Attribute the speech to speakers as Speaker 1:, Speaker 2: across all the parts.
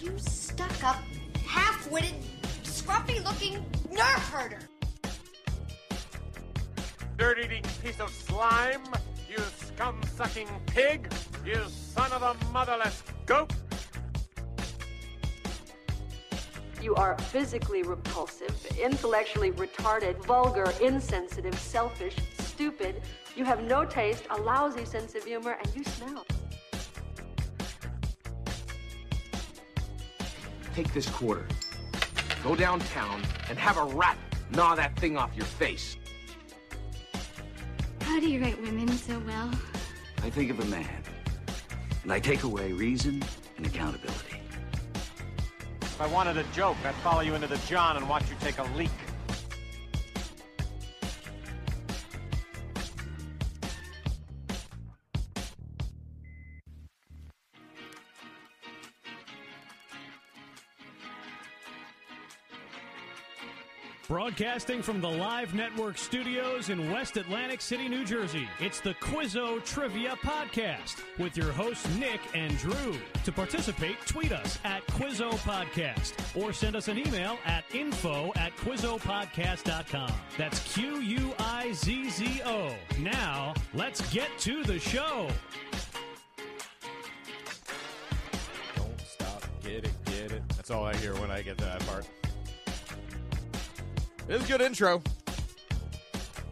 Speaker 1: you stuck up, half witted, scruffy looking nerve herder.
Speaker 2: dirt eating piece of slime, you scum sucking pig, you son of a motherless goat.
Speaker 3: You are physically repulsive, intellectually retarded, vulgar, insensitive, selfish, stupid. You have no taste, a lousy sense of humor, and you smell.
Speaker 4: Take this quarter, go downtown, and have a rat gnaw that thing off your face.
Speaker 5: How do you write women so well?
Speaker 6: I think of a man, and I take away reason and accountability.
Speaker 2: If I wanted a joke, I'd follow you into the John and watch you take a leak.
Speaker 7: Broadcasting from the Live Network studios in West Atlantic City, New Jersey, it's the Quizzo Trivia Podcast with your hosts, Nick and Drew. To participate, tweet us at Quizzo Podcast or send us an email at info at QuizzoPodcast.com. That's Q U I Z Z O. Now, let's get to the show.
Speaker 8: Don't stop. Get it, get it. That's all I hear when I get to that part. It is a good intro.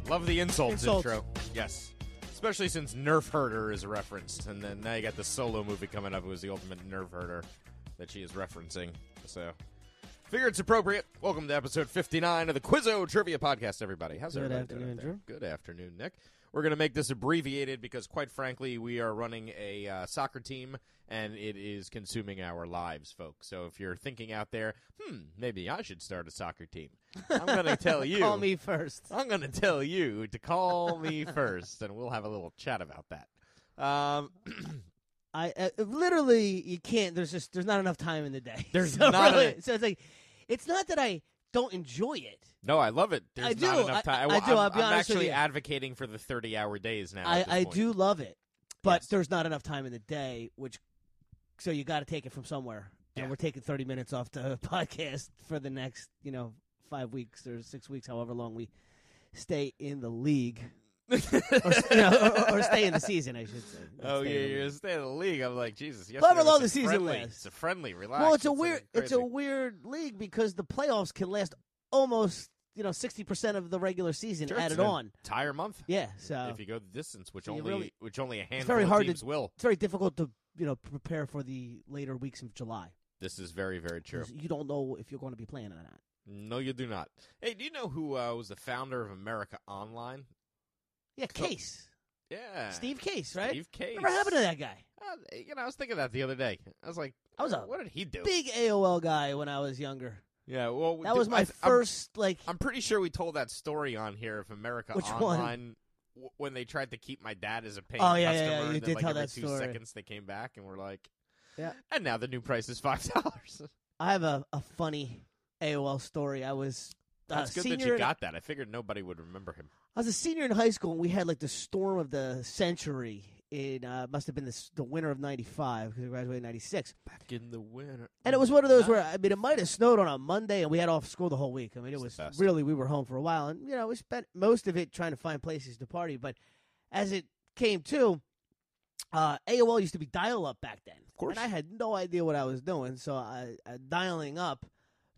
Speaker 8: Love the insults,
Speaker 9: Insults.
Speaker 8: intro. Yes. Especially since Nerf Herder is referenced. And then now you got the solo movie coming up. It was the ultimate Nerf Herder that she is referencing. So, figure it's appropriate. Welcome to episode 59 of the Quizzo Trivia Podcast, everybody. How's
Speaker 9: Good
Speaker 8: everybody doing?
Speaker 9: afternoon,
Speaker 8: out there? Good afternoon, Nick. We're going to make this abbreviated because, quite frankly, we are running a uh, soccer team and it is consuming our lives, folks. So if you're thinking out there, hmm, maybe I should start a soccer team, I'm going to tell you.
Speaker 9: Call me first.
Speaker 8: I'm going to tell you to call me first and we'll have a little chat about that. Um,
Speaker 9: I uh, literally you can't. There's just there's not enough time in the day.
Speaker 8: There's
Speaker 9: so
Speaker 8: not
Speaker 9: really-
Speaker 8: enough-
Speaker 9: so it's like it's not that I don't enjoy it.
Speaker 8: no, I love it. There's
Speaker 9: I
Speaker 8: not
Speaker 9: do.
Speaker 8: enough
Speaker 9: I-
Speaker 8: time.
Speaker 9: I do.
Speaker 8: I'm,
Speaker 9: I'll be
Speaker 8: I'm
Speaker 9: honest with
Speaker 8: actually
Speaker 9: you.
Speaker 8: advocating for the 30 hour days now.
Speaker 9: I,
Speaker 8: at this
Speaker 9: I
Speaker 8: point.
Speaker 9: do love it, but
Speaker 8: Yes.
Speaker 9: there's not enough time in the day, which so you got to take it from somewhere.
Speaker 8: Yeah.
Speaker 9: And we're taking 30 minutes off the podcast for the next you know five weeks or six weeks, however long we stay in the league. or, s- you know, or- or, or stay in the season, I should say. Not
Speaker 8: Oh
Speaker 9: stay in
Speaker 8: yeah,
Speaker 9: the league.
Speaker 8: you're staying in the league. I'm like Jesus. Yes,
Speaker 9: However
Speaker 8: there was
Speaker 9: long
Speaker 8: a
Speaker 9: the season
Speaker 8: friendly,
Speaker 9: lasts.
Speaker 8: It's a friendly, relax.
Speaker 9: Well, it's a
Speaker 8: nothing
Speaker 9: weird, it's a
Speaker 8: crazy.
Speaker 9: weird league because the playoffs can last almost you know sixty percent of the regular season
Speaker 8: Sure, it's
Speaker 9: added
Speaker 8: an
Speaker 9: on.
Speaker 8: entire month.
Speaker 9: Yeah, so
Speaker 8: If you go the distance, which
Speaker 9: So you
Speaker 8: only
Speaker 9: really-
Speaker 8: which only a handful
Speaker 9: very
Speaker 8: of
Speaker 9: hard to-
Speaker 8: teams will.
Speaker 9: it's very difficult to you know prepare for the later weeks of July.
Speaker 8: This is very very true.
Speaker 9: 'cause You don't know if you're going to be playing or not.
Speaker 8: No, you do not. Hey, do you know who uh, was the founder of America Online?
Speaker 9: Yeah, Case,
Speaker 8: Yeah,
Speaker 9: Steve Case, right?
Speaker 8: uh, Steve Case.
Speaker 9: Remember what happened to that guy?
Speaker 8: Uh, you know, I was thinking that the other day. I was like,
Speaker 9: I was a
Speaker 8: what did he do?
Speaker 9: Big AOL guy when I was younger.
Speaker 8: yeah, well, we
Speaker 9: That
Speaker 8: did-
Speaker 9: was my
Speaker 8: I- I'm-
Speaker 9: 1st like.
Speaker 8: I'm pretty sure we told that story on here of America
Speaker 9: Which one?
Speaker 8: Online w- when they tried to keep my dad as a paying
Speaker 9: Oh,
Speaker 8: customer.
Speaker 9: yeah, yeah, yeah,
Speaker 8: and
Speaker 9: you
Speaker 8: then,
Speaker 9: did
Speaker 8: like,
Speaker 9: tell
Speaker 8: every
Speaker 9: that
Speaker 8: two
Speaker 9: story.
Speaker 8: seconds they came back and were like,
Speaker 9: Yeah.
Speaker 8: And now the new price is five dollars.
Speaker 9: I have a, a funny AOL story. I was uh,
Speaker 8: That's good
Speaker 9: senior
Speaker 8: that you
Speaker 9: in-
Speaker 8: got that. I figured nobody would remember him.
Speaker 9: I was a senior in high school, and we had like the storm of the century. It uh, must have been this, the winter of '95 because I graduated in '96,
Speaker 8: Back in the winter,
Speaker 9: and it was one of those where I mean, it might have snowed on a Monday, and we had off school the whole week. I mean, it
Speaker 8: It's the
Speaker 9: was
Speaker 8: best.
Speaker 9: really we were home for a while, and you know, we spent most of it trying to find places to party. But as it came to, uh, AOL used to be dial up back then, of
Speaker 8: course.
Speaker 9: and I had no idea what I was doing, so I, I dialing up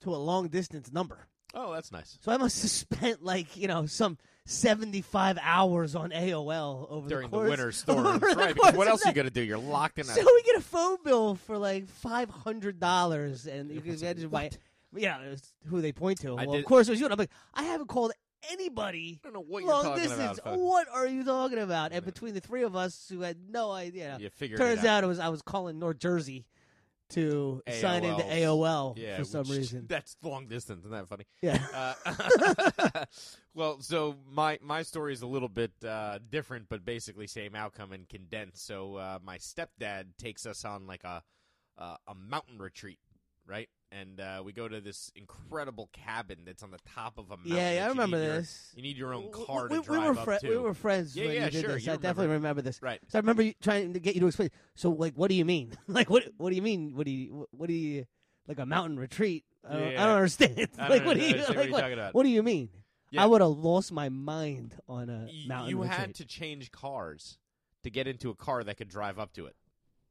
Speaker 9: to a long distance number.
Speaker 8: Oh, that's nice.
Speaker 9: So I must have spent like you know some seventy-five hours on AOL over
Speaker 8: During
Speaker 9: the,
Speaker 8: the,
Speaker 9: course,
Speaker 8: winter storm,
Speaker 9: over the
Speaker 8: right? Because
Speaker 9: course
Speaker 8: what
Speaker 9: of
Speaker 8: else you
Speaker 9: that.
Speaker 8: going to do? You're locked in a
Speaker 9: So we get a phone bill for like five hundred dollars, and you can imagine my yeah, it was who they point to.
Speaker 8: I
Speaker 9: well,
Speaker 8: did-
Speaker 9: of course it was you. And I'm like, I haven't called anybody.
Speaker 8: I don't know what you're
Speaker 9: Long
Speaker 8: talking
Speaker 9: distance.
Speaker 8: about. folks.
Speaker 9: what are you talking about?
Speaker 8: Mm.
Speaker 9: And between the three of us who had no idea,
Speaker 8: You figured
Speaker 9: oh, turns
Speaker 8: it out.
Speaker 9: it was I was calling North Jersey to sign into
Speaker 8: AOLs.
Speaker 9: AOL
Speaker 8: yeah,
Speaker 9: for some
Speaker 8: which-
Speaker 9: reason.
Speaker 8: That's long distance. Isn't that funny?
Speaker 9: Yeah.
Speaker 8: Uh, well, so my my story is a little bit uh, different, but basically same outcome and condensed. So uh, my stepdad takes us on like a uh, a mountain retreat, right? And uh, we go to this incredible cabin that's on the top of a mountain.
Speaker 9: yeah,
Speaker 8: that
Speaker 9: yeah, I
Speaker 8: you
Speaker 9: remember
Speaker 8: need your-
Speaker 9: this.
Speaker 8: you need your own
Speaker 9: W-
Speaker 8: car
Speaker 9: we,
Speaker 8: to drive
Speaker 9: we were
Speaker 8: up
Speaker 9: fri-
Speaker 8: to.
Speaker 9: We were friends
Speaker 8: Yeah,
Speaker 9: when
Speaker 8: yeah,
Speaker 9: you did
Speaker 8: sure,
Speaker 9: this.
Speaker 8: you
Speaker 9: I definitely remember this.
Speaker 8: Right.
Speaker 9: So I remember you trying to get you to explain. So, like, what do you mean? Like, what what do you mean? What do you what do you like a mountain retreat. I don't,
Speaker 8: Yeah.
Speaker 9: I don't understand.
Speaker 8: I don't
Speaker 9: like, what do
Speaker 8: know. I
Speaker 9: you
Speaker 8: understand
Speaker 9: like,
Speaker 8: what you're
Speaker 9: what,
Speaker 8: talking about.
Speaker 9: what do you mean?
Speaker 8: Yeah.
Speaker 9: I would have lost my mind on a
Speaker 8: Y-
Speaker 9: mountain.
Speaker 8: you
Speaker 9: retreat.
Speaker 8: had to change cars to get into a car that could drive up to it.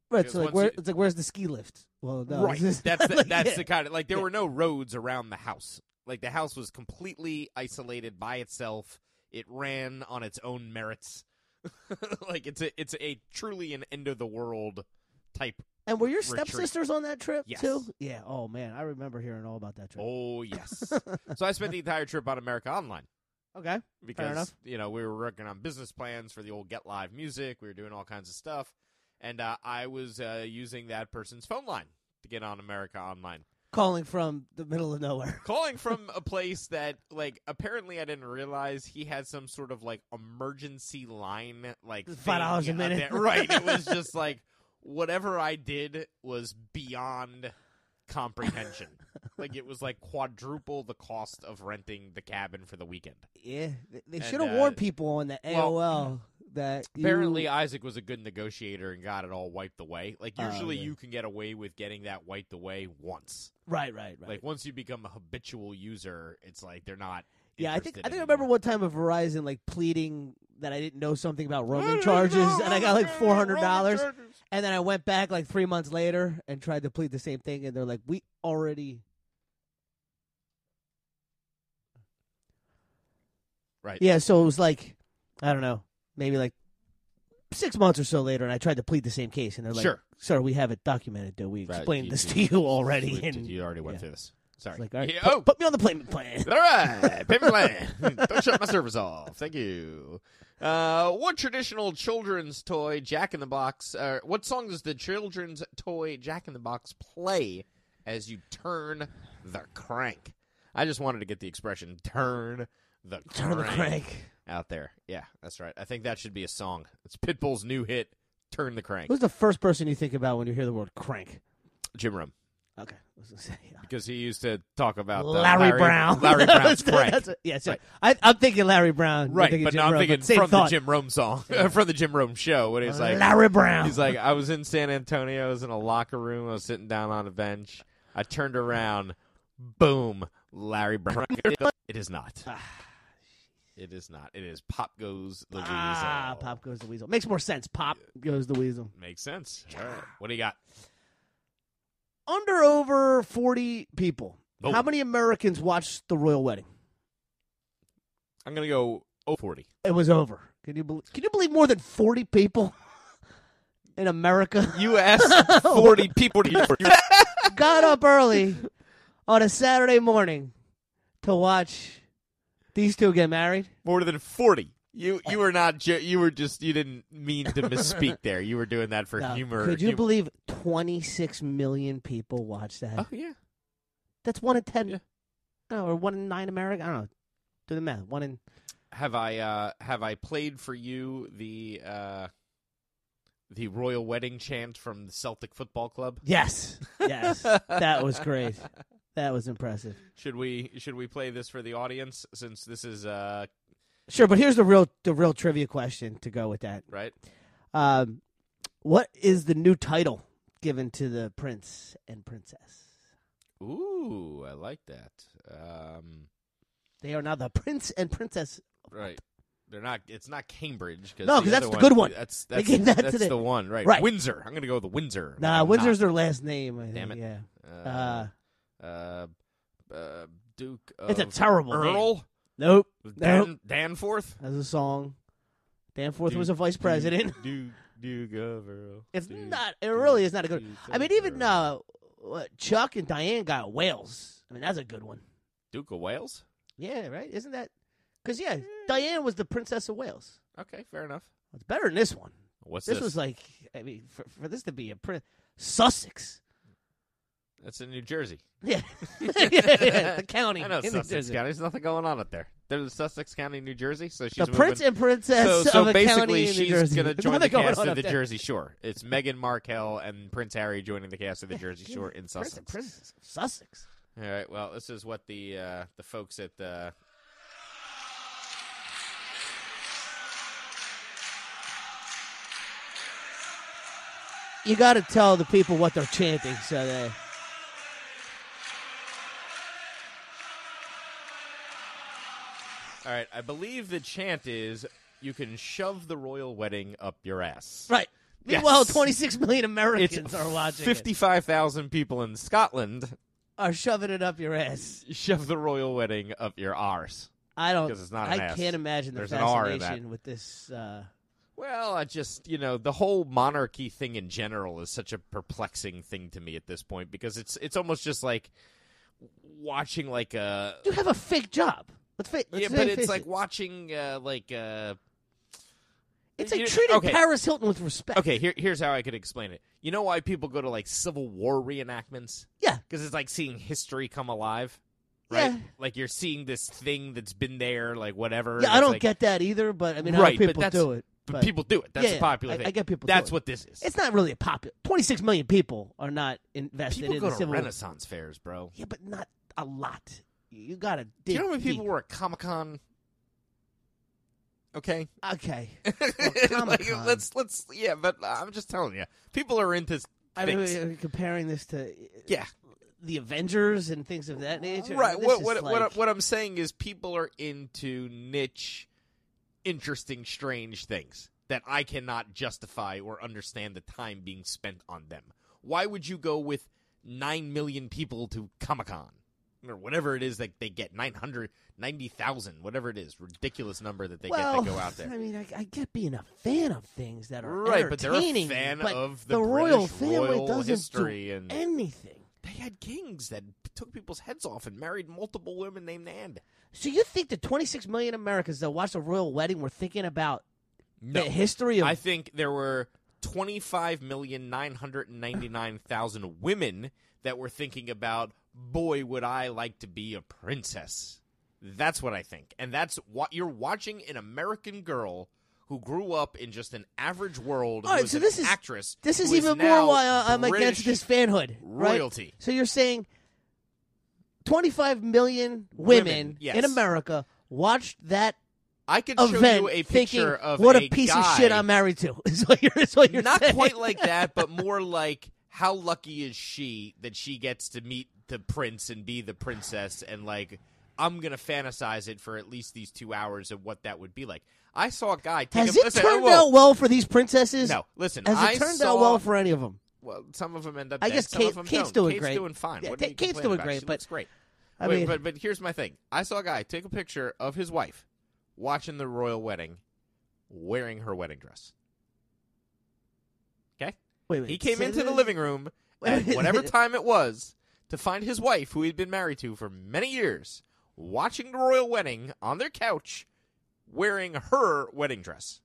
Speaker 9: Right,
Speaker 8: Because
Speaker 9: so like,
Speaker 8: once
Speaker 9: where,
Speaker 8: you-
Speaker 9: it's like, where's the ski lift? Well, no,
Speaker 8: right.
Speaker 9: this is-
Speaker 8: that's the,
Speaker 9: like,
Speaker 8: that's
Speaker 9: yeah.
Speaker 8: the kind of like there were no roads around the house. Like the house was completely isolated by itself. It ran on its own merits. like it's a it's a truly an end of the world type.
Speaker 9: And were your
Speaker 8: retreat.
Speaker 9: stepsisters on that trip
Speaker 8: Yes.
Speaker 9: too? Yeah. Oh man, I remember hearing all about that trip.
Speaker 8: Oh yes. so I spent the entire trip on America Online.
Speaker 9: Okay.
Speaker 8: because
Speaker 9: enough.
Speaker 8: you know we were working on business plans for the old Get Live music. We were doing all kinds of stuff, and uh, I was uh, using that person's phone line to get on America Online,
Speaker 9: Calling from the middle of nowhere.
Speaker 8: calling from a place that like apparently I didn't realize he had some sort of like emergency line like
Speaker 9: It's five dollars a
Speaker 8: thing out
Speaker 9: minute.
Speaker 8: there. Right? It was just like whatever I did was beyond comprehension. like it was like quadruple the cost of renting the cabin for the weekend.
Speaker 9: Yeah, they- they
Speaker 8: And,
Speaker 9: should have
Speaker 8: uh,
Speaker 9: warned people on the
Speaker 8: well,
Speaker 9: AOL that you-
Speaker 8: Apparently, Isaac was a good negotiator and got it all wiped away. Like
Speaker 9: Oh,
Speaker 8: usually,
Speaker 9: yeah.
Speaker 8: you can get away with getting that wiped away once.
Speaker 9: right, right, right.
Speaker 8: Like once you become a habitual user, it's like they're not.
Speaker 9: yeah, I think I
Speaker 8: interested
Speaker 9: think I
Speaker 8: anymore.
Speaker 9: remember one time of Verizon like pleading that I didn't know something about roaming charges, and I got like four hundred dollars, and then I went back like three months later and tried to plead the same thing, and they're like, "We already."
Speaker 8: Right.
Speaker 9: Yeah, so it was like, I don't know, maybe like six months or so later, and I tried to plead the same case, and they're like,
Speaker 8: Sure.
Speaker 9: sir, we have it documented. Though we
Speaker 8: Right,
Speaker 9: explained
Speaker 8: you-
Speaker 9: this
Speaker 8: you-
Speaker 9: to you already."
Speaker 8: You-
Speaker 9: And
Speaker 8: you already went
Speaker 9: yeah.
Speaker 8: through this. Sorry.
Speaker 9: it's like, all right,
Speaker 8: Yeah,
Speaker 9: put,
Speaker 8: oh,
Speaker 9: put me on the payment plan.
Speaker 8: all right, payment plan. Don't shut my service off. Thank you. Uh, what traditional children's toy Jack in the Box? Uh, what song does the children's toy Jack in the Box play as you turn the crank? I just wanted to get the expression "turn the crank
Speaker 9: Turn the crank.
Speaker 8: out there. Yeah, that's right. I think that should be a song. It's Pitbull's new hit, "Turn the Crank."
Speaker 9: Who's the first person you think about when you hear the word crank?
Speaker 8: Jim Rome.
Speaker 9: Okay, I was gonna say, yeah.
Speaker 8: because he used to talk about uh,
Speaker 9: Larry, Brown.
Speaker 8: Larry Brown's crank.
Speaker 9: That's a- yeah, sorry. I, I'm thinking Larry Brown. You're
Speaker 8: Right,
Speaker 9: thinking
Speaker 8: but
Speaker 9: Jim
Speaker 8: now I'm
Speaker 9: Rome,
Speaker 8: thinking
Speaker 9: but same
Speaker 8: from
Speaker 9: thought.
Speaker 8: the Jim Rome song, from the Jim Rome show. When he's like,
Speaker 9: Larry Brown.
Speaker 8: he's like, I was in San Antonio, I was in a locker room, I was sitting down on a bench, I turned around, boom, Larry Brown. It is not.
Speaker 9: Ah.
Speaker 8: It is not. It is Pop Goes the Weasel.
Speaker 9: ah, Pop goes the weasel. Makes more sense. Pop goes the weasel.
Speaker 8: Makes sense. All right. What do you got?
Speaker 9: Under over 40 people.
Speaker 8: Oh.
Speaker 9: How many Americans watched the royal wedding?
Speaker 8: I'm gonna go 040.
Speaker 9: It was over. Can you believe? Can you believe more than 40 people in America
Speaker 8: You asked 40 people to
Speaker 9: got up early on a Saturday morning to watch these two get married?
Speaker 8: more than 40. You you were not ju- you were just you didn't mean to misspeak there. You were doing that for
Speaker 9: Now,
Speaker 8: humor.
Speaker 9: Could you
Speaker 8: humor-
Speaker 9: believe 26 million people watched that?
Speaker 8: Oh yeah.
Speaker 9: That's one in ten.
Speaker 8: Yeah.
Speaker 9: No, or one in nine America. I don't know. Do the math. One in.
Speaker 8: Have I uh, have I played for you the uh, the royal wedding chant from the Celtic Football Club?
Speaker 9: Yes. Yes. that was great. That was impressive.
Speaker 8: Should we should we play this for the audience since this is uh,
Speaker 9: Sure, but here's the real the real trivia question to go with that.
Speaker 8: right?
Speaker 9: Um, what is the new title given to the prince and princess?
Speaker 8: Ooh, I like that. Um,
Speaker 9: They are now the prince and princess.
Speaker 8: right. They're not. It's not Cambridge. Cause
Speaker 9: No,
Speaker 8: the
Speaker 9: 'cause that's
Speaker 8: other
Speaker 9: the good one.
Speaker 8: That's
Speaker 9: They
Speaker 8: that's,
Speaker 9: gave that to
Speaker 8: that's
Speaker 9: the-
Speaker 8: the one. Right.
Speaker 9: Right.
Speaker 8: Windsor. I'm gonna go with the Windsor.
Speaker 9: Nah,
Speaker 8: I'm
Speaker 9: Windsor's
Speaker 8: not.
Speaker 9: their last name. I think.
Speaker 8: Damn it.
Speaker 9: Yeah.
Speaker 8: Uh, uh, uh, Duke. Of
Speaker 9: It's a terrible name.
Speaker 8: Earl
Speaker 9: Nope.
Speaker 8: Dan,
Speaker 9: Nope.
Speaker 8: Danforth.
Speaker 9: That's a song. Danforth
Speaker 8: Duke-
Speaker 9: was a vice
Speaker 8: Duke-
Speaker 9: president.
Speaker 8: Duke, Duke of Earl.
Speaker 9: It's
Speaker 8: Duke-
Speaker 9: not. It really is not a
Speaker 8: Duke
Speaker 9: good.
Speaker 8: of
Speaker 9: I mean, even
Speaker 8: Earl.
Speaker 9: uh, what, Chuck and Diane got whales. I mean, that's a good one.
Speaker 8: Duke of Wales.
Speaker 9: Yeah, right. Isn't that? Because yeah, Diane was the princess of Wales.
Speaker 8: Okay, fair enough.
Speaker 9: It's better than this one.
Speaker 8: What's
Speaker 9: This,
Speaker 8: this?
Speaker 9: was like, I mean, for, for this to be a prin- Sussex.
Speaker 8: That's in New Jersey.
Speaker 9: Yeah. yeah, yeah, the county.
Speaker 8: I know
Speaker 9: in New
Speaker 8: Sussex
Speaker 9: Jersey.
Speaker 8: County. There's nothing going on up there. There's Sussex County, New Jersey. So she's
Speaker 9: The prince
Speaker 8: moving-
Speaker 9: and princess
Speaker 8: so, so
Speaker 9: of a
Speaker 8: basically,
Speaker 9: county in New
Speaker 8: she's
Speaker 9: Jersey.
Speaker 8: gonna join the
Speaker 9: Nothing going
Speaker 8: cast
Speaker 9: on
Speaker 8: of
Speaker 9: up
Speaker 8: the
Speaker 9: there.
Speaker 8: Jersey Shore. It's Meghan Markle and Prince Harry joining the cast of the Jersey Shore in
Speaker 9: Prince
Speaker 8: Sussex.
Speaker 9: and princess of Sussex.
Speaker 8: All right. Well, this is what the uh, the folks at uh,
Speaker 9: You got to tell the people what they're chanting, so they.
Speaker 8: All right, I believe the chant is you can shove the royal wedding up your ass.
Speaker 9: Right.
Speaker 8: Yes.
Speaker 9: Meanwhile, 26 million
Speaker 8: It's
Speaker 9: Americans are watching. it,
Speaker 8: 55,000 people in Scotland
Speaker 9: are shoving it up your ass.
Speaker 8: shove the royal wedding up your arse.
Speaker 9: I don't.
Speaker 8: 'Cause it's not an
Speaker 9: I
Speaker 8: ass.
Speaker 9: can't imagine the
Speaker 8: There's an R in that.
Speaker 9: fascination with this. Uh,
Speaker 8: Well, I just, you know, the whole monarchy thing in general is such a perplexing thing to me at this point because it's it's almost just like watching like a
Speaker 9: you have a fake job. Let's fa- let's
Speaker 8: yeah, but
Speaker 9: face
Speaker 8: it's like
Speaker 9: it.
Speaker 8: watching uh, like uh,
Speaker 9: It's like
Speaker 8: you-
Speaker 9: treating
Speaker 8: okay.
Speaker 9: Paris Hilton with respect.
Speaker 8: okay. Here, here's how I could explain it. You know why people go to like Civil War reenactments?
Speaker 9: Yeah.
Speaker 8: because it's like seeing history come alive, right?
Speaker 9: Yeah.
Speaker 8: Like you're seeing this thing that's been there, like whatever.
Speaker 9: Yeah, I
Speaker 8: It's
Speaker 9: don't
Speaker 8: like-
Speaker 9: get that either, but I mean,
Speaker 8: right,
Speaker 9: how do
Speaker 8: but
Speaker 9: people
Speaker 8: that's-
Speaker 9: do it.
Speaker 8: but
Speaker 9: But
Speaker 8: people do it. That's
Speaker 9: Yeah,
Speaker 8: a popular
Speaker 9: I-
Speaker 8: thing.
Speaker 9: I get people do
Speaker 8: That's
Speaker 9: it.
Speaker 8: what this is.
Speaker 9: it's not really a popular. 26 million people are not invested
Speaker 8: people
Speaker 9: in
Speaker 8: go
Speaker 9: the
Speaker 8: to
Speaker 9: Civil War.
Speaker 8: Renaissance fairs, bro.
Speaker 9: Yeah, but not a lot. You gotta dig.
Speaker 8: Do you know how many people
Speaker 9: deep.
Speaker 8: were at Comic Con? Okay,
Speaker 9: Okay.
Speaker 8: Like,
Speaker 9: Comic-Con.
Speaker 8: let's let's yeah, but I'm just telling you, people are into
Speaker 9: I mean,
Speaker 8: things.
Speaker 9: are you comparing this to uh,
Speaker 8: yeah,
Speaker 9: the Avengers and things of that nature.
Speaker 8: right.
Speaker 9: This
Speaker 8: What
Speaker 9: is
Speaker 8: what,
Speaker 9: like,
Speaker 8: what what I'm saying is people are into niche, interesting, strange things that I cannot justify or understand the time being spent on them. Why would you go with nine million people to Comic Con? Or whatever it is that they get, 900, 90,000, whatever it is, ridiculous number that they
Speaker 9: well,
Speaker 8: get to go out there.
Speaker 9: I mean, I, I get being a fan of things that are
Speaker 8: Right, but they're a
Speaker 9: entertaining,
Speaker 8: fan
Speaker 9: but
Speaker 8: of
Speaker 9: the,
Speaker 8: the
Speaker 9: royal
Speaker 8: British
Speaker 9: family
Speaker 8: royal
Speaker 9: doesn't
Speaker 8: history
Speaker 9: do
Speaker 8: and-
Speaker 9: anything.
Speaker 8: They had kings that took people's heads off and married multiple women named Anne.
Speaker 9: So you think the 26 million Americans that watched a royal wedding were thinking about the history of
Speaker 8: I think there were 25,999,000 women that were thinking about, boy, would I like to be a princess. That's what I think. And that's what you're watching an American girl who grew up in just an average world
Speaker 9: All
Speaker 8: who
Speaker 9: right,
Speaker 8: is
Speaker 9: so
Speaker 8: an
Speaker 9: this is
Speaker 8: actress.
Speaker 9: This is
Speaker 8: who
Speaker 9: even
Speaker 8: now
Speaker 9: more why uh, I- I'm against
Speaker 8: British-
Speaker 9: this fanhood right?
Speaker 8: royalty.
Speaker 9: So you're saying 25 million women,
Speaker 8: Women, yes.
Speaker 9: in America watched that
Speaker 8: I could show
Speaker 9: event
Speaker 8: you a
Speaker 9: thinking,
Speaker 8: picture of
Speaker 9: "What a,
Speaker 8: a
Speaker 9: piece of
Speaker 8: guy-
Speaker 9: shit I'm married to." Is what you're, is what you're
Speaker 8: not
Speaker 9: saying.
Speaker 8: quite like that, but more like how lucky is she that she gets to meet the prince and be the princess and like I'm gonna fantasize it for at least these two hours of what that would be like. I saw a guy take
Speaker 9: Has
Speaker 8: a,
Speaker 9: it
Speaker 8: listen,
Speaker 9: turned
Speaker 8: whoa,
Speaker 9: out well for these princesses?
Speaker 8: No, listen.
Speaker 9: Has it
Speaker 8: I
Speaker 9: turned
Speaker 8: saw,
Speaker 9: out well for any of them?
Speaker 8: well, some of them end up.
Speaker 9: I
Speaker 8: dead,
Speaker 9: guess
Speaker 8: some
Speaker 9: Kate-
Speaker 8: of them
Speaker 9: Kate's
Speaker 8: don't.
Speaker 9: doing
Speaker 8: Kate's
Speaker 9: great.
Speaker 8: doing fine.
Speaker 9: Yeah,
Speaker 8: what
Speaker 9: Ta-
Speaker 8: are you
Speaker 9: Kate's
Speaker 8: complaining
Speaker 9: doing
Speaker 8: about?
Speaker 9: great,
Speaker 8: She
Speaker 9: but-
Speaker 8: looks great.
Speaker 9: I
Speaker 8: Wait,
Speaker 9: mean,
Speaker 8: but but here's my thing. I saw a guy take a picture of his wife watching the royal wedding, wearing her wedding dress. Okay.
Speaker 9: wait, wait,
Speaker 8: He came
Speaker 9: say
Speaker 8: into the
Speaker 9: this-
Speaker 8: living room at
Speaker 9: Wait.
Speaker 8: whatever time it was to find his wife, who he'd been married to for many years, watching the royal wedding on their couch, wearing her wedding dress.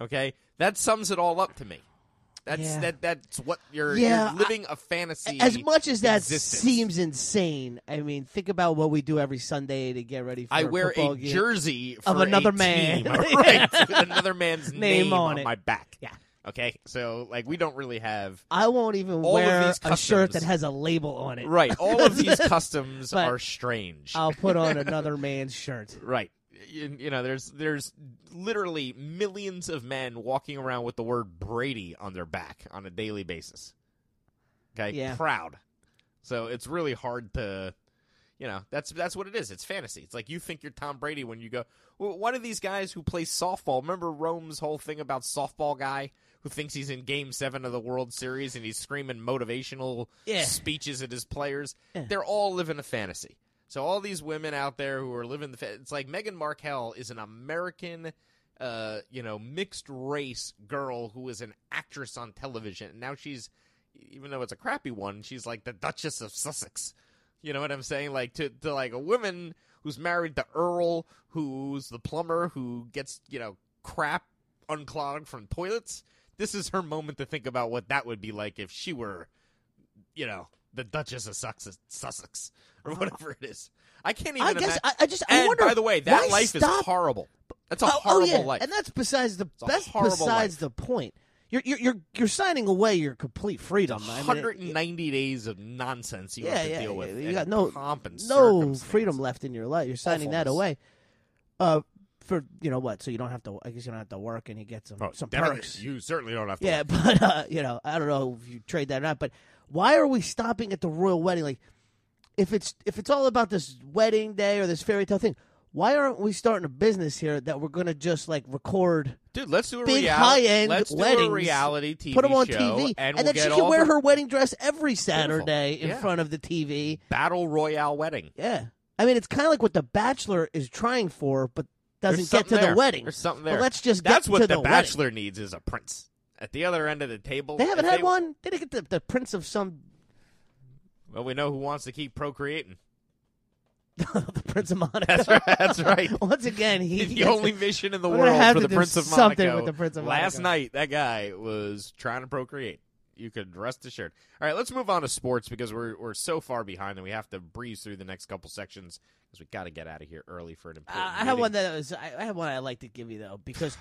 Speaker 8: Okay, that sums it all up to me. That's
Speaker 9: Yeah.
Speaker 8: that. That's what you're,
Speaker 9: Yeah,
Speaker 8: you're living a fantasy.
Speaker 9: As much as that
Speaker 8: existence.
Speaker 9: seems insane, I mean, think about what we do every Sunday to get ready for
Speaker 8: I
Speaker 9: a
Speaker 8: wear
Speaker 9: football
Speaker 8: a
Speaker 9: game.
Speaker 8: jersey
Speaker 9: Of
Speaker 8: for a
Speaker 9: another man.
Speaker 8: team, right? With another man's
Speaker 9: Name
Speaker 8: name,
Speaker 9: on it.
Speaker 8: my back.
Speaker 9: Yeah.
Speaker 8: Okay, so like we don't really have
Speaker 9: I won't even
Speaker 8: All of
Speaker 9: wear
Speaker 8: these
Speaker 9: a shirt
Speaker 8: customs-
Speaker 9: that has a label on it.
Speaker 8: right. All of these customs
Speaker 9: But-
Speaker 8: are strange.
Speaker 9: I'll put on another man's shirt.
Speaker 8: Right. You, you know, there's there's literally millions of men walking around with the word Brady on their back on a daily basis. Okay,
Speaker 9: Yeah.
Speaker 8: proud. So it's really hard to, you know, that's that's what it is. It's fantasy. It's like you think you're Tom Brady when you go. Well, one of these guys who plays softball. Remember Rome's whole thing about softball guy who thinks he's in Game Seven of the World Series and he's screaming motivational
Speaker 9: Yeah.
Speaker 8: speeches at his players. They're all living a fantasy. So all these women out there who are living the fa- it's like Meghan Markle is an American uh, you know, mixed race girl who is an actress on television. And now she's even though it's a crappy one, she's like the Duchess of Sussex. You know what I'm saying? Like to, to like a woman who's married to Earl, who's the plumber who gets, you know, crap unclogged from toilets. This is her moment to think about what that would be like if she were you know, the Duchess of Sussex, Sussex or whatever it is. I can't even.
Speaker 9: I guess
Speaker 8: imagine.
Speaker 9: I, I just I
Speaker 8: and
Speaker 9: wonder.
Speaker 8: by the way, that
Speaker 9: why
Speaker 8: life
Speaker 9: stop?
Speaker 8: is horrible. That's a
Speaker 9: oh,
Speaker 8: horrible
Speaker 9: oh, yeah.
Speaker 8: life.
Speaker 9: and that's besides the
Speaker 8: a
Speaker 9: that's
Speaker 8: horrible
Speaker 9: besides
Speaker 8: life.
Speaker 9: the point. You're you're you're, you're signing away your complete freedom. I mean,
Speaker 8: 190 days of nonsense you
Speaker 9: yeah,
Speaker 8: have to
Speaker 9: yeah,
Speaker 8: deal with.
Speaker 9: yeah. You
Speaker 8: and
Speaker 9: got no
Speaker 8: pomp and
Speaker 9: no
Speaker 8: circumstance.
Speaker 9: freedom left in your life. You're signing that
Speaker 8: Awfulness.
Speaker 9: away. Uh, for you know what? So you don't have to. I guess you don't have to work, and you get some
Speaker 8: Oh,
Speaker 9: some
Speaker 8: definitely.
Speaker 9: perks.
Speaker 8: You certainly don't have to.
Speaker 9: Yeah, but uh, you know, I don't know if you trade that or not. But why are we stopping at the royal wedding? Like, if it's if it's all about this wedding day or this fairy tale thing, why aren't we starting a business here that we're going to just like record?
Speaker 8: Dude, let's do a
Speaker 9: Big
Speaker 8: reali-
Speaker 9: high-end
Speaker 8: let's do a
Speaker 9: weddings.
Speaker 8: reality TV
Speaker 9: put them on
Speaker 8: show,
Speaker 9: TV,
Speaker 8: and, we'll
Speaker 9: then
Speaker 8: get
Speaker 9: she
Speaker 8: all
Speaker 9: can wear
Speaker 8: the
Speaker 9: her wedding dress every Saturday in
Speaker 8: Yeah.
Speaker 9: front of the TV.
Speaker 8: battle royale wedding.
Speaker 9: Yeah, I mean it's kind of like what The Bachelor is trying for, but doesn't
Speaker 8: There's
Speaker 9: get to
Speaker 8: something there.
Speaker 9: the wedding.
Speaker 8: There's something
Speaker 9: But
Speaker 8: there.
Speaker 9: let's just
Speaker 8: That's
Speaker 9: get
Speaker 8: what
Speaker 9: to
Speaker 8: the,
Speaker 9: the wedding.
Speaker 8: Bachelor needs is a prince at the other end of the table.
Speaker 9: They haven't
Speaker 8: if
Speaker 9: had one. They didn't get the, the prince of some
Speaker 8: Well, we know who wants to keep procreating.
Speaker 9: the prince of Monaco.
Speaker 8: That's right. That's right.
Speaker 9: Once again, he
Speaker 8: the
Speaker 9: gets-
Speaker 8: only mission in the
Speaker 9: We're gonna
Speaker 8: world
Speaker 9: have
Speaker 8: for
Speaker 9: to
Speaker 8: the
Speaker 9: do
Speaker 8: Prince of
Speaker 9: something
Speaker 8: Monaco.
Speaker 9: with the Prince of
Speaker 8: Last
Speaker 9: Monaco.
Speaker 8: night, that guy was trying to procreate. You could rest assured. All right, let's move on to sports because we're we're so far behind that we have to breeze through the next couple sections because we got to get out of here early for an
Speaker 9: Uh,
Speaker 8: important.
Speaker 9: I have one that was. I, I have one I like to give you though because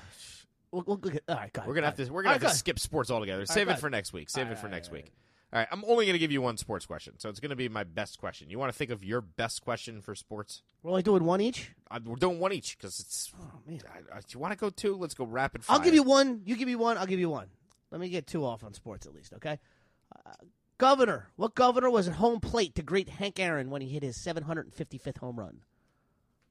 Speaker 9: we'll, we'll look at. All right, go ahead,
Speaker 8: We're gonna
Speaker 9: go
Speaker 8: have to
Speaker 9: ahead.
Speaker 8: we're gonna
Speaker 9: All
Speaker 8: have to
Speaker 9: right,
Speaker 8: skip sports altogether. Save
Speaker 9: go
Speaker 8: it
Speaker 9: ahead.
Speaker 8: for next week. Save
Speaker 9: All
Speaker 8: it for
Speaker 9: right,
Speaker 8: next
Speaker 9: all right,
Speaker 8: week. All right, I'm only gonna give you one sports question, so it's gonna be my best question. You want to think of your best question for sports?
Speaker 9: go ahead. We're only doing one each.
Speaker 8: I, we're doing one each because it's.
Speaker 9: Oh man,
Speaker 8: I, I, you want to go two? Let's go rapid fire.
Speaker 9: I'll give you one. You give me one. I'll give you one. Let me get two off on sports at least. Okay. Uh, governor, what governor was at home plate to greet Hank Aaron when he hit his 755th home run?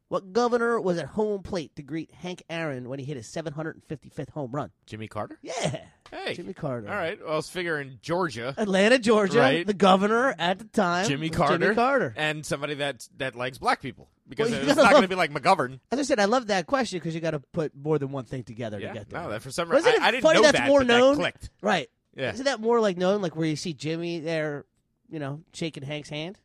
Speaker 9: What governor was at home plate to greet Hank Aaron when he hit his 755th home run?
Speaker 8: Jimmy Carter.
Speaker 9: Yeah.
Speaker 8: Hey,
Speaker 9: Jimmy Carter.
Speaker 8: All right. Well, I was figuring Georgia,
Speaker 9: Atlanta, Georgia.
Speaker 8: Right.
Speaker 9: The governor at the time,
Speaker 8: Jimmy
Speaker 9: was
Speaker 8: Carter,
Speaker 9: Uh, Jimmy Carter.
Speaker 8: and somebody that that likes black people because
Speaker 9: Well, you
Speaker 8: it's
Speaker 9: gotta
Speaker 8: not going to
Speaker 9: love-
Speaker 8: be like McGovern.
Speaker 9: As I said, I love that question because you got to put more than one thing together
Speaker 8: Yeah,
Speaker 9: to get there.
Speaker 8: no, that for some
Speaker 9: Wasn't
Speaker 8: reason
Speaker 9: it
Speaker 8: I, I didn't
Speaker 9: funny
Speaker 8: know
Speaker 9: that's
Speaker 8: that,
Speaker 9: more
Speaker 8: but
Speaker 9: known?
Speaker 8: That clicked.
Speaker 9: right?
Speaker 8: Yeah.
Speaker 9: Isn't that more like known, like where you see Jimmy there, you know, shaking Hank's hand?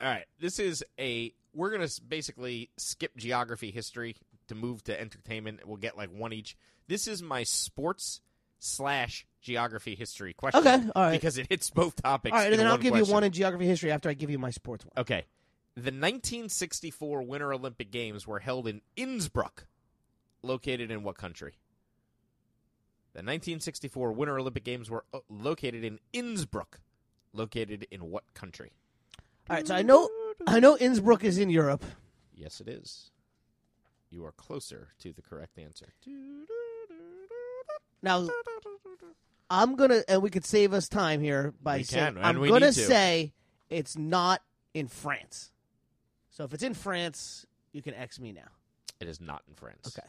Speaker 8: All right. This is a we're going to basically skip geography history to move to entertainment. We'll get like one each. This is my sports slash geography history question.
Speaker 9: Okay, all right.
Speaker 8: Because it hits both topics.
Speaker 9: All right,
Speaker 8: in
Speaker 9: and then I'll
Speaker 8: one
Speaker 9: give you
Speaker 8: question.
Speaker 9: one in geography history after I give you my sports one.
Speaker 8: Okay. The 1964 Winter Olympic Games were held in Innsbruck, located in what country? The 1964 Winter Olympic Games were uh, located in Innsbruck, located in what country?
Speaker 9: All right, so I know I know Innsbruck is in Europe.
Speaker 8: Yes, it is. You are closer to the correct answer.
Speaker 9: Now I'm gonna, and we could save us time here by
Speaker 8: We
Speaker 9: saying
Speaker 8: can, and
Speaker 9: I'm
Speaker 8: we
Speaker 9: gonna
Speaker 8: need to.
Speaker 9: say it's not in France. So if it's in France, you can X me now.
Speaker 8: It is not in France.
Speaker 9: Okay.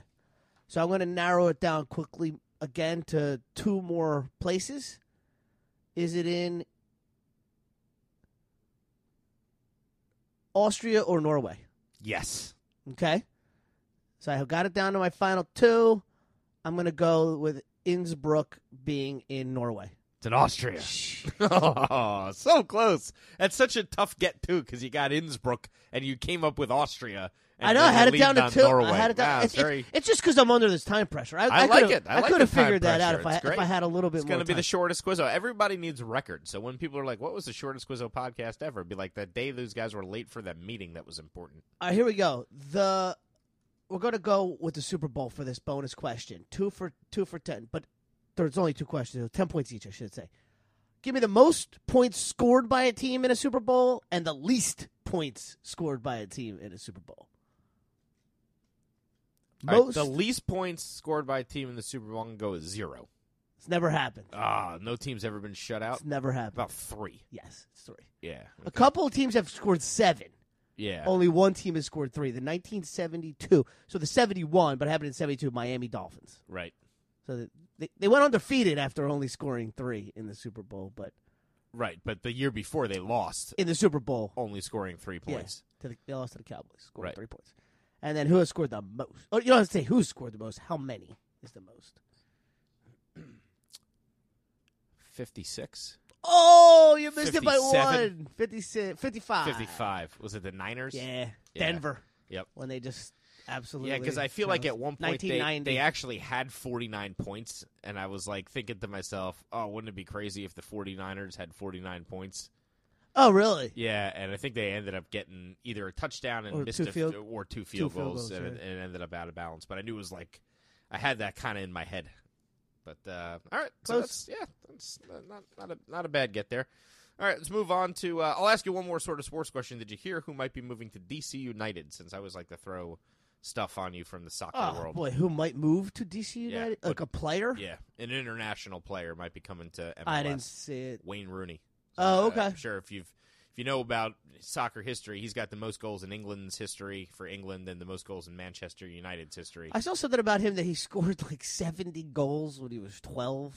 Speaker 9: So I'm going to narrow it down quickly again to two more places. Is it in Austria or Norway?
Speaker 8: Yes.
Speaker 9: Okay. So I have got it down to my final two. I'm going to go with Innsbruck being in Norway.
Speaker 8: It's in Austria. oh, so close. That's such a tough get too, because you got Innsbruck and you came up with Austria. And
Speaker 9: I know
Speaker 8: then
Speaker 9: I had
Speaker 8: you
Speaker 9: it down
Speaker 8: leaned
Speaker 9: to
Speaker 8: on
Speaker 9: two.
Speaker 8: Norway.
Speaker 9: I had it down.
Speaker 8: Wow,
Speaker 9: it's,
Speaker 8: it's very-
Speaker 9: it's, it's just because I'm under this time pressure. I,
Speaker 8: I like
Speaker 9: could've-
Speaker 8: it. I like
Speaker 9: could have
Speaker 8: the time
Speaker 9: figured that out if
Speaker 8: pressure.
Speaker 9: I,
Speaker 8: It's
Speaker 9: if I
Speaker 8: great.
Speaker 9: had a little bit
Speaker 8: It's
Speaker 9: more
Speaker 8: going to be
Speaker 9: time.
Speaker 8: the shortest Quizzo. Everybody needs records. So when people are like, what was the shortest Quizzo podcast ever? It'd be like that day those guys were late for that meeting that was important.
Speaker 9: All right, here we go. The we're gonna go with the Super Bowl for this bonus question. Two for two for ten, but there's only two questions. Ten points each, I should say. Give me the most points scored by a team in a Super Bowl and the least points scored by a team in a Super Bowl.
Speaker 8: All right,
Speaker 9: Most
Speaker 8: the least points scored by a team in the Super Bowl can go is zero.
Speaker 9: it's never happened.
Speaker 8: Ah, no team's ever been shut out.
Speaker 9: It's never happened.
Speaker 8: About three.
Speaker 9: yes, it's three.
Speaker 8: Yeah.
Speaker 9: A couple of teams have scored seven.
Speaker 8: Yeah.
Speaker 9: Only one team has scored three. The 1972, so the 71, but it happened in 72. Miami Dolphins.
Speaker 8: Right.
Speaker 9: So that- they, they went undefeated after only scoring three in the Super Bowl, but
Speaker 8: Right. But the year before they lost,
Speaker 9: in the Super Bowl,
Speaker 8: only scoring three
Speaker 9: yeah,
Speaker 8: points.
Speaker 9: to the, they lost to the Cowboys, scored
Speaker 8: Right.
Speaker 9: three points. And then who has scored the most? Oh, you don't have to say who scored the most. How many is the most?
Speaker 8: 56?
Speaker 9: Oh, you missed it by
Speaker 8: 57.
Speaker 9: one. 56, 55.
Speaker 8: 55. Was it the Niners?
Speaker 9: Ah. Yeah.
Speaker 8: Yeah.
Speaker 9: Denver,
Speaker 8: Yep.
Speaker 9: when they just absolutely.
Speaker 8: Yeah, because I feel like
Speaker 9: chose-
Speaker 8: at one point they,
Speaker 9: 1990.
Speaker 8: they actually had 49 points, and I was like thinking to myself, oh, wouldn't it be crazy if the 49ers had 49 points?
Speaker 9: Oh, really?
Speaker 8: Yeah, and I think they ended up getting either a touchdown and
Speaker 9: Or
Speaker 8: missed
Speaker 9: two
Speaker 8: a,
Speaker 9: field-
Speaker 8: or two field
Speaker 9: field
Speaker 8: goals,
Speaker 9: goals,
Speaker 8: and, it,
Speaker 9: yeah.
Speaker 8: and it ended up out of balance. But I knew it was like, I had that kind of in my head. But uh, all right, so
Speaker 9: Close.
Speaker 8: that's, yeah, that's not not a, not a bad get there. All right, let's move on to. Uh, I'll ask you one more sort of sports question. Did you hear who might be moving to DC United? Since I was like to throw stuff on you from the soccer
Speaker 9: Oh,
Speaker 8: world.
Speaker 9: boy. Who might move to DC United?
Speaker 8: but-
Speaker 9: like a player?
Speaker 8: Yeah, an international player might be coming to MLS.
Speaker 9: I didn't see it.
Speaker 8: Wayne Rooney.
Speaker 9: Oh,
Speaker 8: uh,
Speaker 9: okay.
Speaker 8: I'm sure if you've if you know about soccer history, he's got the most goals in England's history for England and the most goals in Manchester United's history.
Speaker 9: I saw something about him that he scored like seventy goals when he was twelve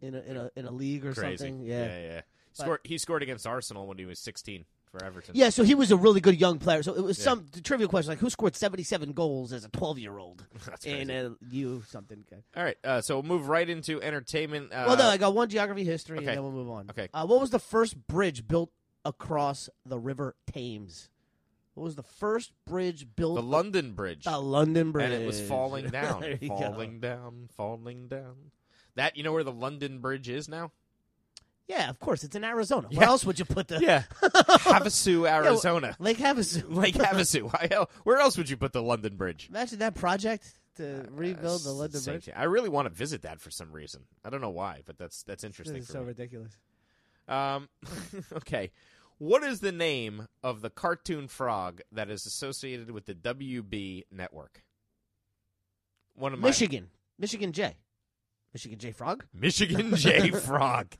Speaker 9: in a in a, in a league or
Speaker 8: Crazy.
Speaker 9: something.
Speaker 8: yeah.
Speaker 9: yeah.
Speaker 8: yeah, He Scored, he scored against Arsenal when he was 16 for Everton.
Speaker 9: Yeah, so he was a really good young player. So it was
Speaker 8: Yeah.
Speaker 9: some trivial question like who scored seventy seven goals as a twelve year old
Speaker 8: That's
Speaker 9: in
Speaker 8: crazy.
Speaker 9: a you something. Okay.
Speaker 8: All right, uh, so we'll move right into entertainment. Uh,
Speaker 9: well, no, I got one geography history,
Speaker 8: okay.
Speaker 9: and then we'll move on.
Speaker 8: Okay.
Speaker 9: Uh, what was the first bridge built across the River Thames? What was the first bridge built?
Speaker 8: the London Bridge.
Speaker 9: the London Bridge.
Speaker 8: and it was falling
Speaker 9: There
Speaker 8: down,
Speaker 9: you go.
Speaker 8: falling down, falling down. That you know where the London Bridge is now?
Speaker 9: Yeah, of course. It's in Arizona. Where
Speaker 8: Yeah.
Speaker 9: else would you put the
Speaker 8: Havasu,
Speaker 9: Yeah, well,
Speaker 8: Arizona.
Speaker 9: Lake Havasu.
Speaker 8: Lake Havasu. Why el- Where else would you put the London Bridge?
Speaker 9: Imagine that project to rebuild the
Speaker 8: Uh,
Speaker 9: London
Speaker 8: same
Speaker 9: Bridge.
Speaker 8: thing. I really want to visit that for some reason. I don't know why, but that's that's
Speaker 9: This
Speaker 8: interesting
Speaker 9: is
Speaker 8: for
Speaker 9: so
Speaker 8: me.
Speaker 9: ridiculous.
Speaker 8: Um, okay. What is the name of the cartoon frog that is associated with the WB network? One of my
Speaker 9: Michigan, Michigan J, Michigan J Frog.
Speaker 8: Michigan J Frog.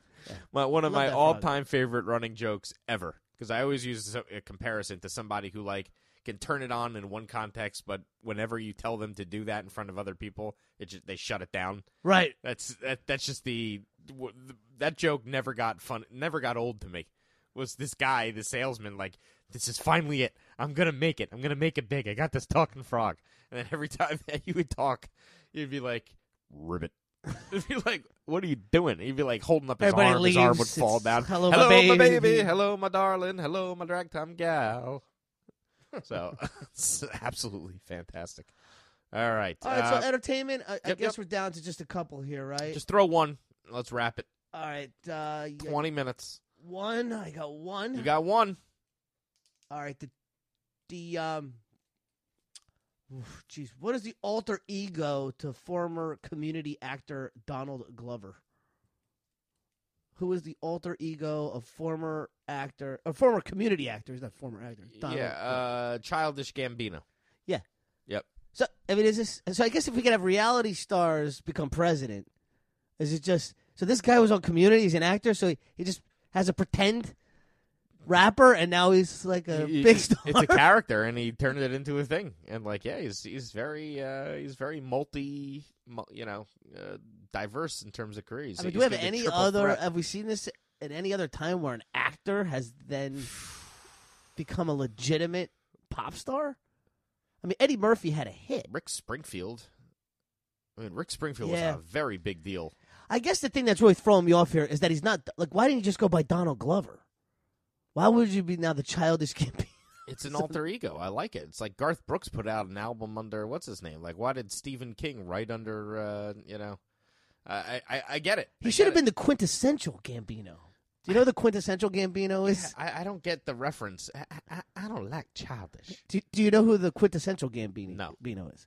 Speaker 8: My, one of
Speaker 9: Love that
Speaker 8: my
Speaker 9: frog.
Speaker 8: all-time favorite running jokes ever, because I always use this, uh, a comparison to somebody who like can turn it on in one context, but whenever you tell them to do that in front of other people, it just, they shut it down.
Speaker 9: Right.
Speaker 8: That's that. That's just the, w- the that joke never got fun, never got old to me. Was this guy, the salesman, like this is finally it? I'm gonna make it. I'm gonna make it big. I got this talking frog. And then every time that you would talk, you'd be like ribbit. It'd be like, what are you doing? He'd be like holding up his
Speaker 9: Everybody
Speaker 8: arm. His arm
Speaker 9: leaves.
Speaker 8: would fall
Speaker 9: It's,
Speaker 8: down.
Speaker 9: "Hello, my
Speaker 8: my
Speaker 9: baby."
Speaker 8: baby. Hello, my darling. Hello, my drag time gal. So, it's absolutely fantastic. All right.
Speaker 9: All right.
Speaker 8: uh,
Speaker 9: so entertainment. I, I
Speaker 8: yep,
Speaker 9: guess
Speaker 8: yep.
Speaker 9: we're down to just a couple here, right?
Speaker 8: just throw one. Let's wrap it.
Speaker 9: All right. Uh, you got
Speaker 8: 20 minutes.
Speaker 9: One. I got one.
Speaker 8: You got one.
Speaker 9: All right. The the um. oof, Jeez, what is the alter ego to former community actor Donald Glover? Who is the alter ego of former actor or former community actor? He's not former actor. Donald
Speaker 8: yeah,
Speaker 9: Glover.
Speaker 8: uh, Childish Gambino.
Speaker 9: Yeah.
Speaker 8: Yep.
Speaker 9: So I mean, is this? So I guess if we could have reality stars become president, is it just? So this guy was on Community. He's an actor, so he, he just has a pretend rapper, and now he's like a
Speaker 8: He-
Speaker 9: big
Speaker 8: he-
Speaker 9: star.
Speaker 8: It's a character, and he turned it into a thing. And like, yeah, he's he's very uh, he's very multi, mul- you know, uh, diverse in terms of careers.
Speaker 9: I mean,
Speaker 8: He's
Speaker 9: do we have
Speaker 8: gonna be a
Speaker 9: any
Speaker 8: triple
Speaker 9: other?
Speaker 8: threat.
Speaker 9: Have we seen this at any other time where an actor has then become a legitimate pop star? I mean, Eddie Murphy had a hit.
Speaker 8: Rick Springfield. I mean, Rick Springfield
Speaker 9: Yeah.
Speaker 8: was a very big deal.
Speaker 9: I guess the thing that's really throwing me off here is that he's not like. Why didn't you just go by Donald Glover? Why would you be now the childish campaign?
Speaker 8: It's an alter ego. I like it. It's like Garth Brooks put out an album under what's his name? Like, why did Stephen King write under? Uh, you know, I I, I get it. I
Speaker 9: He
Speaker 8: get
Speaker 9: should have
Speaker 8: it.
Speaker 9: been the quintessential Gambino. Do you know who the quintessential Gambino is?
Speaker 8: I, I don't get the reference. I, I, I don't like childish.
Speaker 9: Do, do you know who the quintessential Gambino,
Speaker 8: No.
Speaker 9: Gambino is?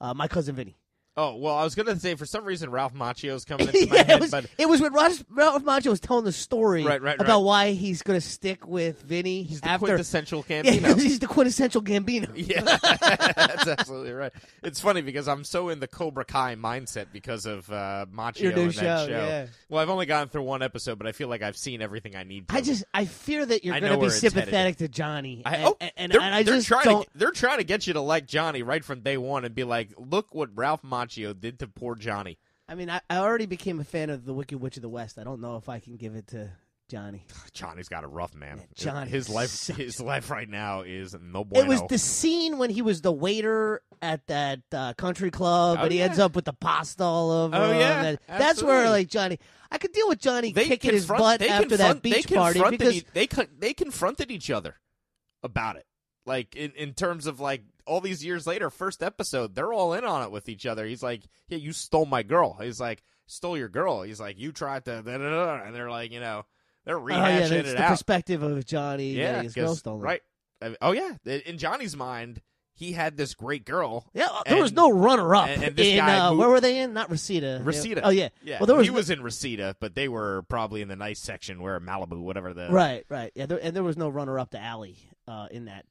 Speaker 9: Uh, my cousin Vinny.
Speaker 8: Oh well, I was gonna say for some reason Ralph Macchio's coming into my
Speaker 9: Yeah, it,
Speaker 8: head,
Speaker 9: was,
Speaker 8: but
Speaker 9: it was when Ralph, Ralph Macchio was telling the story
Speaker 8: Right, right,
Speaker 9: about
Speaker 8: right.
Speaker 9: why he's going to stick with Vinny
Speaker 8: he's the
Speaker 9: after.
Speaker 8: quintessential
Speaker 9: yeah,
Speaker 8: Gambino.
Speaker 9: he's the quintessential Gambino.
Speaker 8: Yeah, that's absolutely right. It's funny because I'm so in the Cobra Kai mindset because of uh, Machio
Speaker 9: Your new
Speaker 8: and that
Speaker 9: show,
Speaker 8: show.
Speaker 9: yeah.
Speaker 8: Well, I've only gone through one episode, but I feel like I've seen everything I need. to.
Speaker 9: I just I fear that you're
Speaker 8: I
Speaker 9: going to
Speaker 8: know
Speaker 9: be
Speaker 8: where it's headed.
Speaker 9: sympathetic to Johnny,
Speaker 8: I,
Speaker 9: and,
Speaker 8: oh,
Speaker 9: and,
Speaker 8: they're,
Speaker 9: and I
Speaker 8: they're
Speaker 9: just
Speaker 8: trying
Speaker 9: don't.
Speaker 8: To, they're trying to get you to like Johnny right from day one and be like, look what Ralph Macchio did to poor Johnny.
Speaker 9: I mean, I, I already became a fan of the Wicked Witch of the West. I don't know if I can give it to Johnny.
Speaker 8: Johnny's got a rough man.
Speaker 9: Johnny
Speaker 8: his life,
Speaker 9: sucks.
Speaker 8: his life right now is no bueno.
Speaker 9: It was the scene when he was the waiter at that uh, country club,
Speaker 8: Oh,
Speaker 9: and he
Speaker 8: yeah.
Speaker 9: ends up with the pasta all over.
Speaker 8: Oh,
Speaker 9: him,
Speaker 8: yeah.
Speaker 9: and that's where
Speaker 8: Absolutely.
Speaker 9: like Johnny. I could deal with Johnny kicking his
Speaker 8: confront-
Speaker 9: butt
Speaker 8: they
Speaker 9: after
Speaker 8: confront-
Speaker 9: that
Speaker 8: they
Speaker 9: beach party
Speaker 8: confronted
Speaker 9: because
Speaker 8: e- they con- they confronted each other about it. Like in, in terms of like all these years later, first episode, they're all in on it with each other. He's like, "Yeah, you stole my girl." He's like, "Stole your girl." He's like, "You tried to," da, da, da, da," and they're like, you know, they're
Speaker 9: oh yeah,
Speaker 8: rehashing
Speaker 9: that's
Speaker 8: it
Speaker 9: the
Speaker 8: out.
Speaker 9: perspective of Johnny
Speaker 8: Yeah,
Speaker 9: getting his girl
Speaker 8: 'cause-
Speaker 9: stolen.
Speaker 8: right? I mean, oh yeah, in in Johnny's mind, he had this great girl.
Speaker 9: Yeah, there was
Speaker 8: And-
Speaker 9: no runner up.
Speaker 8: and- and this
Speaker 9: in,
Speaker 8: guy
Speaker 9: uh,
Speaker 8: moved-
Speaker 9: where were they in? Not Reseda. They-
Speaker 8: Reseda.
Speaker 9: Oh yeah.
Speaker 8: yeah.
Speaker 9: Well, there was
Speaker 8: he
Speaker 9: no-
Speaker 8: was in Reseda, but they were probably in the nice section, where Malibu, whatever the
Speaker 9: right, right. Yeah, there, and there was no runner up to Alley uh, in that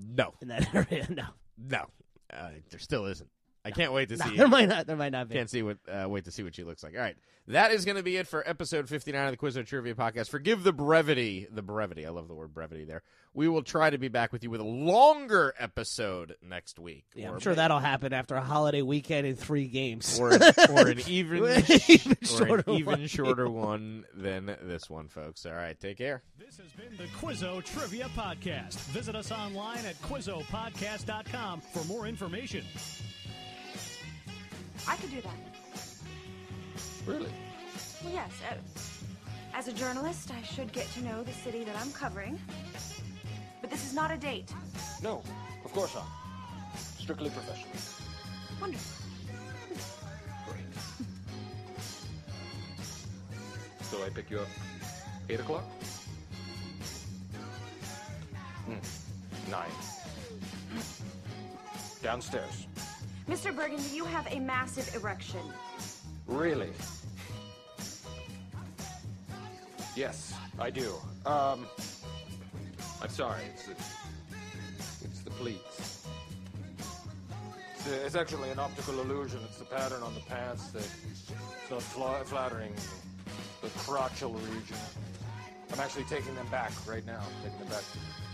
Speaker 8: No,
Speaker 9: in that area. No.
Speaker 8: No, uh, there still isn't. I I can't wait to
Speaker 9: Nah,
Speaker 8: see.
Speaker 9: there might not. There might not be.
Speaker 8: Can't see what uh, wait to see what she looks like. All right, that is going to be it for episode fifty nine of the Quiz or Trivia podcast. Forgive the brevity, the brevity. I love the word brevity. There, we will try to be back with you with a longer episode next week.
Speaker 9: Yeah,
Speaker 8: Or
Speaker 9: I'm sure
Speaker 8: maybe-
Speaker 9: that'll happen after a holiday weekend in three games.
Speaker 8: or an, or an even,
Speaker 9: Even
Speaker 8: or
Speaker 9: shorter
Speaker 8: an even
Speaker 9: one.
Speaker 8: shorter one than this one, folks. All right, take care.
Speaker 7: This has been the Quizzo Trivia Podcast. Visit us online at QuizzoPodcast.com for more information.
Speaker 10: I could do that.
Speaker 8: Really?
Speaker 10: Well, yes. Uh, as a journalist, I should get to know the city that I'm covering. But this is not a date.
Speaker 2: No, of course not. Strictly professional.
Speaker 10: Wonderful.
Speaker 2: So I pick you up. Eight o'clock. Hmm. Nine. Downstairs.
Speaker 10: Mr. Burgundy, you have a massive erection.
Speaker 2: Really? Yes, I do. Um, I'm sorry. It's the, it's the pleats. It's, uh, it's actually an optical illusion. It's the pattern on the pants that it's not fla- flattering the crotchal region. I'm actually taking them back right now. Taking them back.